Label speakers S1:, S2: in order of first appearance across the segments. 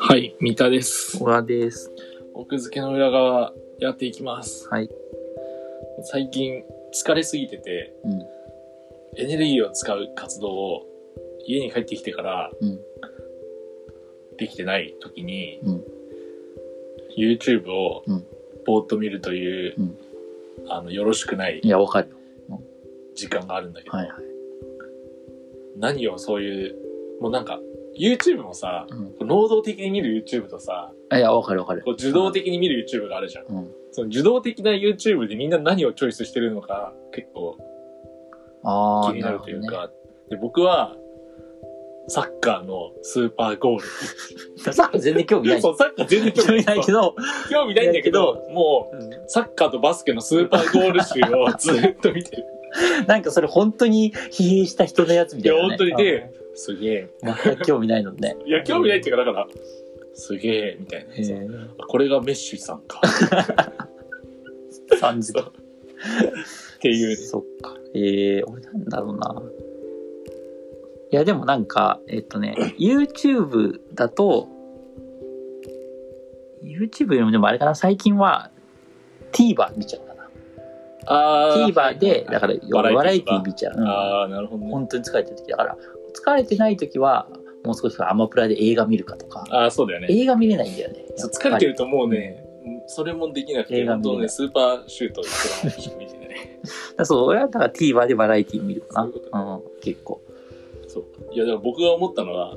S1: はい、三田です。
S2: 小川です。
S1: 奥付けの裏側やっていきます。
S2: はい。
S1: 最近疲れすぎてて、
S2: うん。
S1: エネルギーを使う活動を家に帰ってきてから
S2: うん。
S1: できてない時に、
S2: うん。
S1: YouTube を
S2: うん
S1: ぼーっと見るという、
S2: うん
S1: あの、よろしくない
S2: いや、わかるよ。
S1: 時間があるんだけど、
S2: はいはい。
S1: 何をそういう、もうなんか、YouTube もさ、
S2: うん。
S1: 能動的に見る YouTube とさ、
S2: あいや、わかるわかる
S1: こう。受動的に見る YouTube があるじゃん。
S2: うん。
S1: その受動的な YouTube でみんな何をチョイスしてるのか結構
S2: ああ、
S1: 気になるという
S2: な
S1: か、で僕はサッカーのスーパーゴー
S2: るほどね。サッカー全然興味な
S1: ル。
S2: い。
S1: そ
S2: 興
S1: う、サッカー全然興
S2: 味
S1: 味な
S2: な
S1: け
S2: いいけ
S1: ど、
S2: ど。
S1: 興味ないんだけど、もう、サッカーとバスケのスーパーゴール集 をずっと見てる。
S2: なんかそれ本当に疲弊した人のやつみ
S1: い
S2: たい
S1: や、
S2: な、ね。
S1: 本当にで、すげえ。
S2: うん。全く興味ないの ね。
S1: いや、興味ないっていうか、だから、すげえ、みたいな。
S2: へえ。
S1: これがメッシさんか。
S2: 感じ
S1: そうっていうね。
S2: そっか。ええー、俺なんだろうな。いや、でもなんか、えっとね、YouTube だと、YouTube よりもでもあれかな、最近は TVer 見ちゃうかな。
S1: あ
S2: TVer で、だから、バ
S1: バラ
S2: ラ
S1: エ
S2: エ
S1: ティとか
S2: ティ見ちゃう。うん
S1: ああ、なるほどね。
S2: 本当に疲れてる時だから、疲れてない時は、もう少しアマプラで映画見るかとか、
S1: ああ、そうだよね。
S2: 映画見れないんだよね。
S1: そう疲れてるともうね、うんそれもできなくて、
S2: 映画
S1: 本
S2: 見れない
S1: 当ね、スーパーシュート一番しか見てない。
S2: やっぱりそう、俺はだから TVer でバラエティ見るかな。
S1: そういうこと
S2: うん、結構。
S1: そう。いや、でも僕が思ったのは、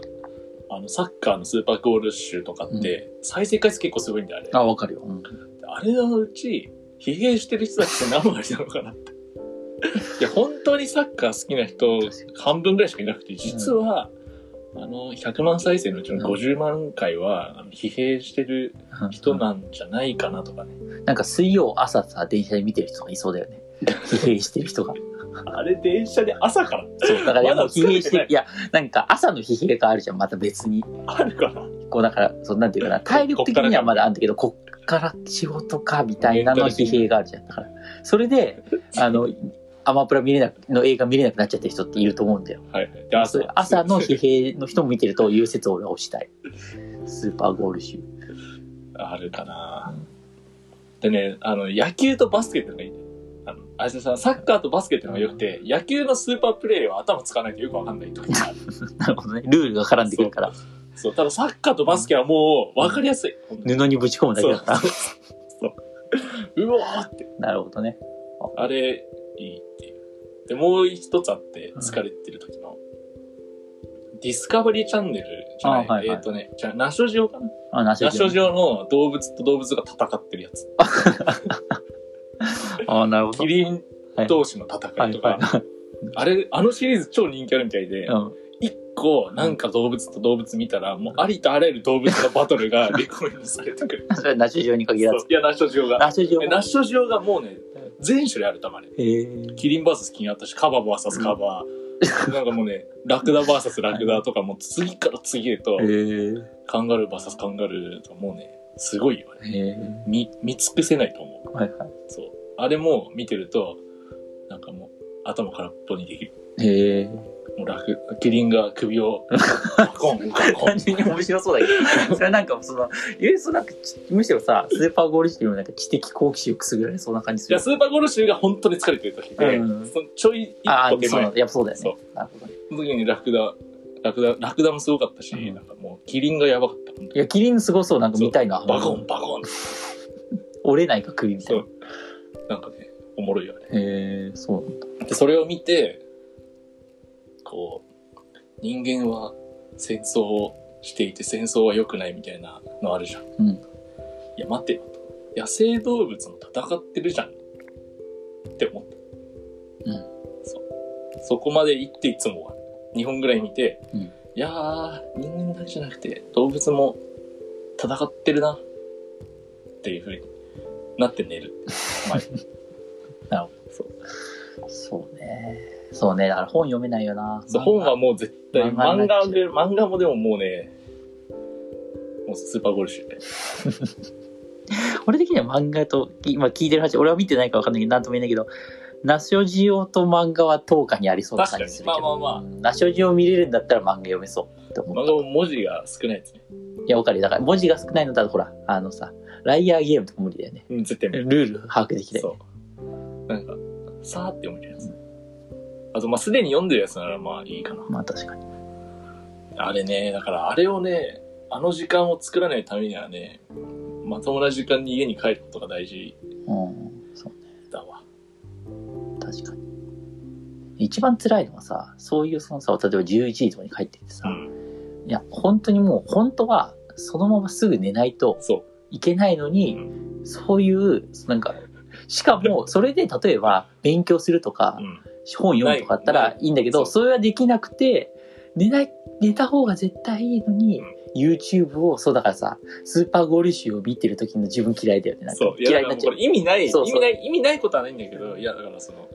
S1: あの、サッカーのスーパーゴール集とかって、再生回数結構すごいんだよ、あれ。
S2: あ、わかるよ。うん
S1: あれのうち、疲弊してる人たちって何割なのかな って。いや、本当にサッカー好きな人、半分ぐらいしかいなくて、実は、あの、100万再生のうちの50万回は、あの疲弊してる 人なんじゃないかなとかね。
S2: なんか水曜朝さ、電車で見てる人がいそうだ よね。疲弊してる人が。
S1: あれ、電車で朝から
S2: そう、だからいや
S1: まだ
S2: もう
S1: 疲れて
S2: 疲
S1: ない
S2: 弊してる。いや、なんか朝の疲弊があるじゃん、また別に。
S1: あるから。
S2: こうだから、そんなんていうかな、体力的にはまだあるんだけど、こっから仕事か、みたいなの疲弊があるじゃん。だから、そ れで、あの、アマプラ見れなく、の映画見れなくなっちゃってる人っていると思うんだよ。
S1: はい。で朝
S2: それ 朝の疲弊の人も見てると、いう説を俺は推したい。スーパーゴール集。
S1: あるかなでね、あの、野球とバスケってのがいい。あの、あいつさん、サッカーとバスケってのが良くて、野球のスーパープレーは頭使わないとよくわかんない とか。
S2: なるほどね。ルールが絡んでくるから、
S1: そう、ただサッカーとバスケはもう、わかりやすい。ほんとに
S2: 布にぶち込むだけ
S1: そう
S2: だから。
S1: うわーって。
S2: なるほどね。
S1: あれ、いいっていう。で、もう一つあって、疲れてる時の。ディスカバリーチャンネルじゃない、
S2: あはいはい
S1: えっ、とね、じゃあナショジオかな
S2: あ、ナシ
S1: ナショ
S2: ョジ
S1: ジオの動物と動物が戦ってるやつ。
S2: オ。あ、なるほど
S1: キ。リン同士の戦いとか、
S2: はいは
S1: あれ、あのシリーズ超人気あるみたいで、
S2: うん。
S1: 一個なんか動物と動物見たら、もうありとあらゆる動物のバトルが レコメンドされてくる。
S2: それはナショジオに限ら
S1: そう
S2: ず。
S1: いや、ナッショジオが。
S2: ナショジオ
S1: えナッショジオがもうね、全種類あるたまに。
S2: えー、
S1: キリン VS キリンあったし、カバ VS カバー。なんかもうね、ラクダ VS ラクダとか、もう次から次へと
S2: え、ー、
S1: カンガルー VS カンガルーとかもうね、すごいよね。
S2: え
S1: 見、見尽くせないと思う。
S2: ー、はいは
S1: そう。あれも見てると、なんかもう、頭空っぽにできる。
S2: い。えー、
S1: もう楽、キリンが首を、ガコン、ガコン
S2: 単。純に面白そうだけ ど、それなんかその、いや、そうなんかち、むしろさ、スーパーゴール集よりもなんか知的好奇心をくすぐられそうな感じす
S1: いや、
S2: る。
S1: スーパーゴール集が本当に疲れてる時で、
S2: うん
S1: そのちょい
S2: あ
S1: 一歩
S2: あ、
S1: 手
S2: そう
S1: 前
S2: な、んだやっぱそうだよね
S1: そ。
S2: なるほどね。
S1: その時にラクダ、ラクダ、ラクダもすごかったし、
S2: うん
S1: なんかもう、キリンがやばかった。本当
S2: い
S1: に
S2: や、キリンすごそう、なんか見たいな。
S1: バコン、バコン。
S2: 折れないか首みた
S1: そ
S2: いな
S1: う。。なんかね、おもろいよね。
S2: へえ、そうなんだ。
S1: で、それを見て、こう、人間は戦争をしていて戦争は良くないみたいなのあるじゃん。
S2: うん
S1: いや、待てよと。野生動物も戦ってるじゃん。って思った。
S2: うん
S1: そう。そこまで行っていつも終わる。日本ぐらい見て、
S2: うん
S1: いやー、人間だけじゃなくて動物も戦ってるな。っていう風になって寝る。
S2: そうね。そうね。だから本読めないよな。
S1: そう本はもう絶対、
S2: 漫
S1: 漫
S2: 画にな
S1: 画
S2: っちゃう
S1: で、漫画もでももうね、もうスーパーゴールシュで。
S2: 俺的には漫画と、今聞いてる話、俺は見てないから分かんないけど、なんとも言えないけど、ナショジオと漫画は10日にありそうな感じするけど。
S1: 確かにまあまあまあ
S2: うんナショジオ見れるんだったら漫画読めそうって思った
S1: 漫画も文字が少ないですね。
S2: いや、わかるよだから文字が少ないのだとほら、あのさ、ライアーゲームとか無理だよね。
S1: うん、絶対無理
S2: ルール把握できない。
S1: そう。なんか、さーって読めるやつ。あと、まあ、すでに読んでるやつなら、まあ、いいかな。
S2: まあ確かに。
S1: あれね、だから、あれをね、あの時間を作らないためにはね、まともな時間に家に帰ることが大事
S2: うん、そう
S1: だわ。
S2: 確かに。一番辛いのはさ、そういうそのさ、例えば11時とかに帰ってきてさ、
S1: ん。
S2: いや、本当にもう、本当は、そのまますぐ寝ないと
S1: そ
S2: いけないの
S1: う。う
S2: に、
S1: ん。
S2: そういう、なんか、しかも、それで例えば、勉強するとか
S1: う、ん
S2: 本読むとかあったら
S1: ない
S2: いんだけど、
S1: そ
S2: それはできなくて、寝ない、寝た方が絶対いいのに、
S1: うん
S2: YouTube を、そうだからさ、スーパーゴール集を見てる時の自分嫌いだよね。なんか
S1: そう。いや、だ
S2: 嫌い
S1: か
S2: にな
S1: らもうこ
S2: っちゃう
S1: れ。意味ない、意
S2: そうそう
S1: 味ない、意味ないことはないんだけど、いや、だからその、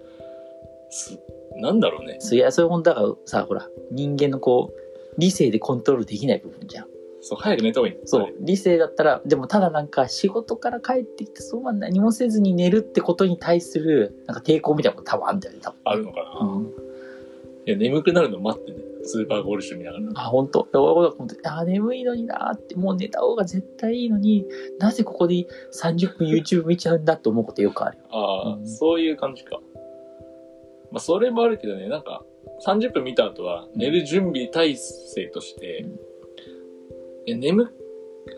S1: す、なんだろうね。
S2: そういや、それほんとだからさ、ほら、人間のこう、理性でコントロールできない部分じゃん。
S1: そう、早く寝た方がいい。
S2: そ
S1: あ
S2: う。理性だったら、でもただなんか仕事から帰ってきて、そのまま何もせずに寝るってことに対する、なんか抵抗みたいなこと多分あるんだよね、多分。
S1: あるのかな。
S2: うん。
S1: いや、眠くなるの待ってね。スーパーゴールシュ見ながら。
S2: あ、本当。あ、眠いのになーって、もう寝た方が絶対いいのに、なぜここで30分 YouTube 見ちゃうんだって思うことよくあるよ。
S1: ああ、
S2: うん
S1: そういう感じか。まあ、それもあるけどね、なんか、30分見た後は、寝る準備体制として、
S2: うん
S1: え眠、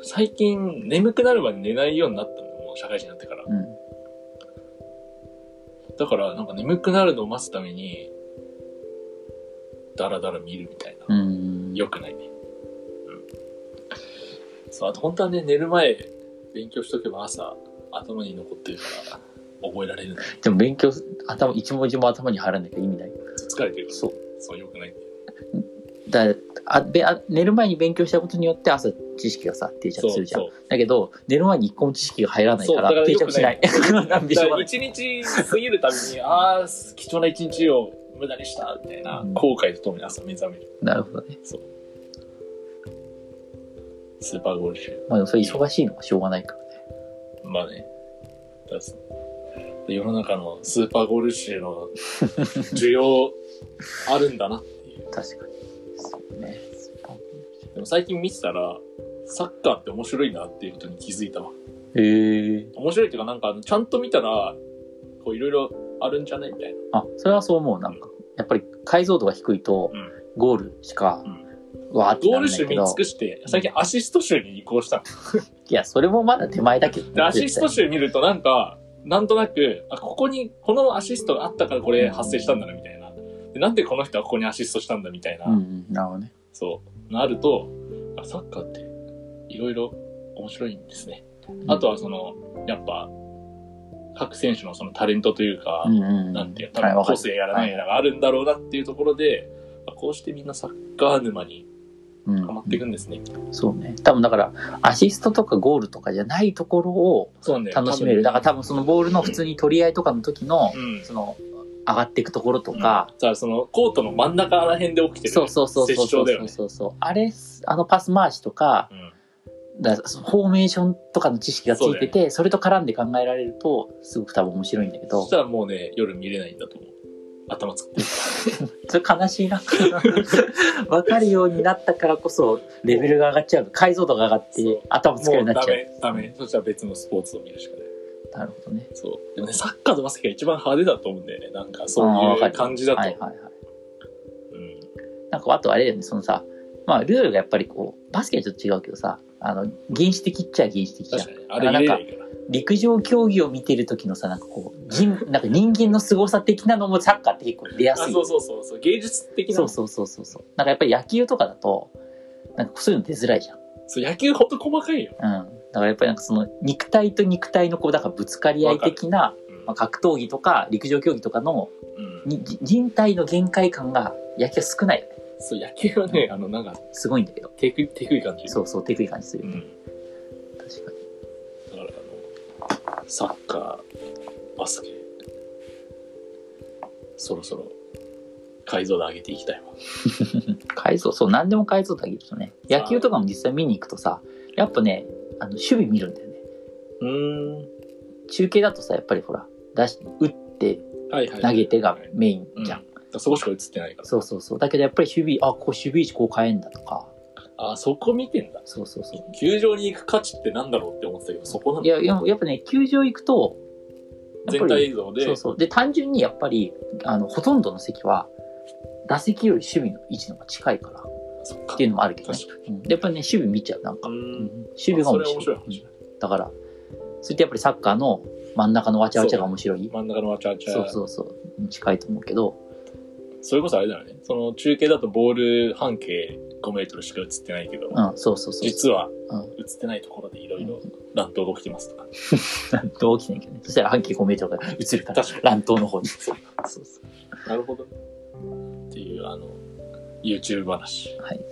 S1: 最近、眠くなるまで寝ないようになったの、もう社会人になってから。
S2: うん。
S1: だから、なんか眠くなるのを待つために、だらだら見るみたいな。
S2: うん。
S1: 良くないね。うん。そう、あと本当はね、寝る前、勉強しとけば朝、頭に残ってるから、覚えられるんだけ
S2: でも勉強、頭、一文字も頭に入らないから意味ない。
S1: ど疲れてるから、
S2: そう。
S1: そう、良くない。
S2: だあべあ寝る前に勉強したことによって朝知識がさ定着するじゃん
S1: そう
S2: だけど寝る前に一個も知識が入らないから
S1: そう
S2: 定
S1: だから
S2: 着しない なんで
S1: だ
S2: しょ
S1: から
S2: うがない
S1: 一日過ぎるたびに、ああ、貴重な一日を無駄にした、みたいな
S2: うん、
S1: 後悔とともに朝目覚める。
S2: なるほどね
S1: スーパーゴールシュ。
S2: まあでもそれ忙しいのはしょうがないからね
S1: まあね。だから世の中のスーパーゴールシュの需要あるんだなっていう。
S2: 確かにそうね
S1: でも最近見てたら、サッカーって面白いなっていうことに気づいたわ。
S2: へえ
S1: 面白いっていうか、なんか、ちゃんと見たら、こう、いろいろあるんじゃないみたいな。
S2: あそれはそう思うなんかやっぱり解像度が低いと
S1: うん
S2: ゴールしか
S1: うん
S2: わーって
S1: ゴー
S2: なら
S1: ル
S2: ない
S1: 集
S2: け
S1: 見
S2: ど
S1: 尽くして、最近アシスト集に移行したの
S2: いやそれもまだ手前だけどね
S1: で、アシスト
S2: 絶
S1: 集見るとなんか、なんとなく、あ、ここに、このアシストがあったからこれ発生したんだな、みたいな。で、なんでこの人はここにアシストしたんだ、みたいな。
S2: 対うんうんなるほどね
S1: そう、なると、あ、サッカーって、いろいろ面白いんですね。あとはその、やっぱ、各選手のそのタレントというか、
S2: うんうんうん
S1: なんていうの、多
S2: はい
S1: 分
S2: わか
S1: 個
S2: る
S1: 性やらないやらがあるんだろうなっていうところで、あこうしてみんなサッカー沼に
S2: うん
S1: ハマっていくんですね。
S2: そうね多分だからアシストとかゴールとかじゃないところを
S1: そうなんだよ。
S2: 楽しめる。だ
S1: 多
S2: から
S1: 分
S2: 多分そのボールの普通に取り合いとかの時の、
S1: うん。
S2: その、上がっていくところと
S1: だ
S2: か、
S1: からそのコートの真ん中ら辺で起きてる
S2: そうそうそうそ
S1: 折
S2: うそ
S1: 衝
S2: う
S1: だよね。
S2: そうそう。あれ、あのパス回しとか、
S1: うん
S2: だからそのフォーメーションとかの知識がついてて、そ,、れと絡んで考えられると、すごく多分面白いんだけ
S1: そ
S2: ど
S1: し、たらもうね、夜見れないんだと思う。頭使って。
S2: それ悲しいな。 わかるようになったからこそ、レベルが上がっちゃう。解像度が上がっ
S1: そ
S2: て
S1: う、
S2: 頭使うよ
S1: も
S2: う
S1: う
S2: にな
S1: ダ
S2: っちゃう。
S1: メ、ダメ。そしたら別のスポーツを見るしかない。
S2: なるほどね。
S1: そう。でもね、サッカーとバスケが一番派手だと思うんだよね。なんかそ
S2: あーわ
S1: うい
S2: か
S1: う
S2: る
S1: 感じだと。
S2: はいはいはい。
S1: うん。
S2: なんかあとあれだよね、そのさ、まあルールがやっぱりこう、バスケはちょっと違うけどさ、あの、原始的っちゃ原始的じゃん
S1: 確か。に。あれ見れないから。
S2: 陸上競技を見てる時のさなんかこう人なんか人間の凄さ的なのもサッカーって結構出や
S1: あ、
S2: すい
S1: そうそうそうそう。芸術的な。
S2: そうそうそうそうそうなんかやっぱり野球とかだとなんかそういうの出づらいじゃん、
S1: そう野球ほんと細かいよ。
S2: うん、だからやっぱりなんかその肉体と肉体のこうだからぶつかり合い的な、
S1: うん
S2: まあ、格闘技とか陸上競技とかの
S1: うん。
S2: にじ人体の限界感が野球は少ないよね
S1: そう、野球はね、あの、なんか、
S2: すごいんだけど
S1: テク、テクい感じ。
S2: そうそう手首感じす
S1: う
S2: る
S1: ん。
S2: 確かに
S1: だから、あの、サッカー、バスケ、そろそろ、解像度上げていきたいわ。
S2: 改造そう何でも改造だけどね野球とかも実際見に行くとさやっぱねあの守備見るんだよね
S1: うーん。
S2: 中継だとさやっぱりほら出し打って
S1: はいはい。
S2: 投げてがメインじゃん。
S1: うん。そこしか映ってないから。
S2: そうそうそう。だけどやっぱり守備、あ、こう守備位置こう変えんだとか、
S1: あ、そこ見てんだ。
S2: そうそうそう。
S1: 球場に行く価値ってなんだろうって思ってたけど、そこなん
S2: い
S1: だ。
S2: や、いややっぱね、球場行くと、やっぱ
S1: 全
S2: り
S1: 体映像で。
S2: そうそう。で、単純にやっぱり、あの、ほとんどの席は、打席より守備の位置の方が近いからっ
S1: そっか
S2: ていうのもあるけどね。
S1: 確か
S2: うんでやっぱりね、守備見ちゃう、なんか。
S1: う
S2: うん
S1: ん。
S2: 守備が面白い。
S1: それは面白い話
S2: だから、それってやっぱりサッカーの真ん中のわちゃわちゃが面白い。
S1: 真ん中のわちゃわちゃ。
S2: そうそうそう。近いと思うけど、
S1: それこそあれだよね。その中継だとボール半径5メートルしか映ってないけど、
S2: うん、そうそうそう。
S1: 実は
S2: うん
S1: 映ってないところでいろいろ
S2: う
S1: 乱闘が起きてますとか。
S2: 乱闘起きてないけどね。そしたら半径5メートルが映るから
S1: 確か、
S2: 乱闘 の方に。そうそう。
S1: なるほどね。っていう、あの、YouTube 話。
S2: はい。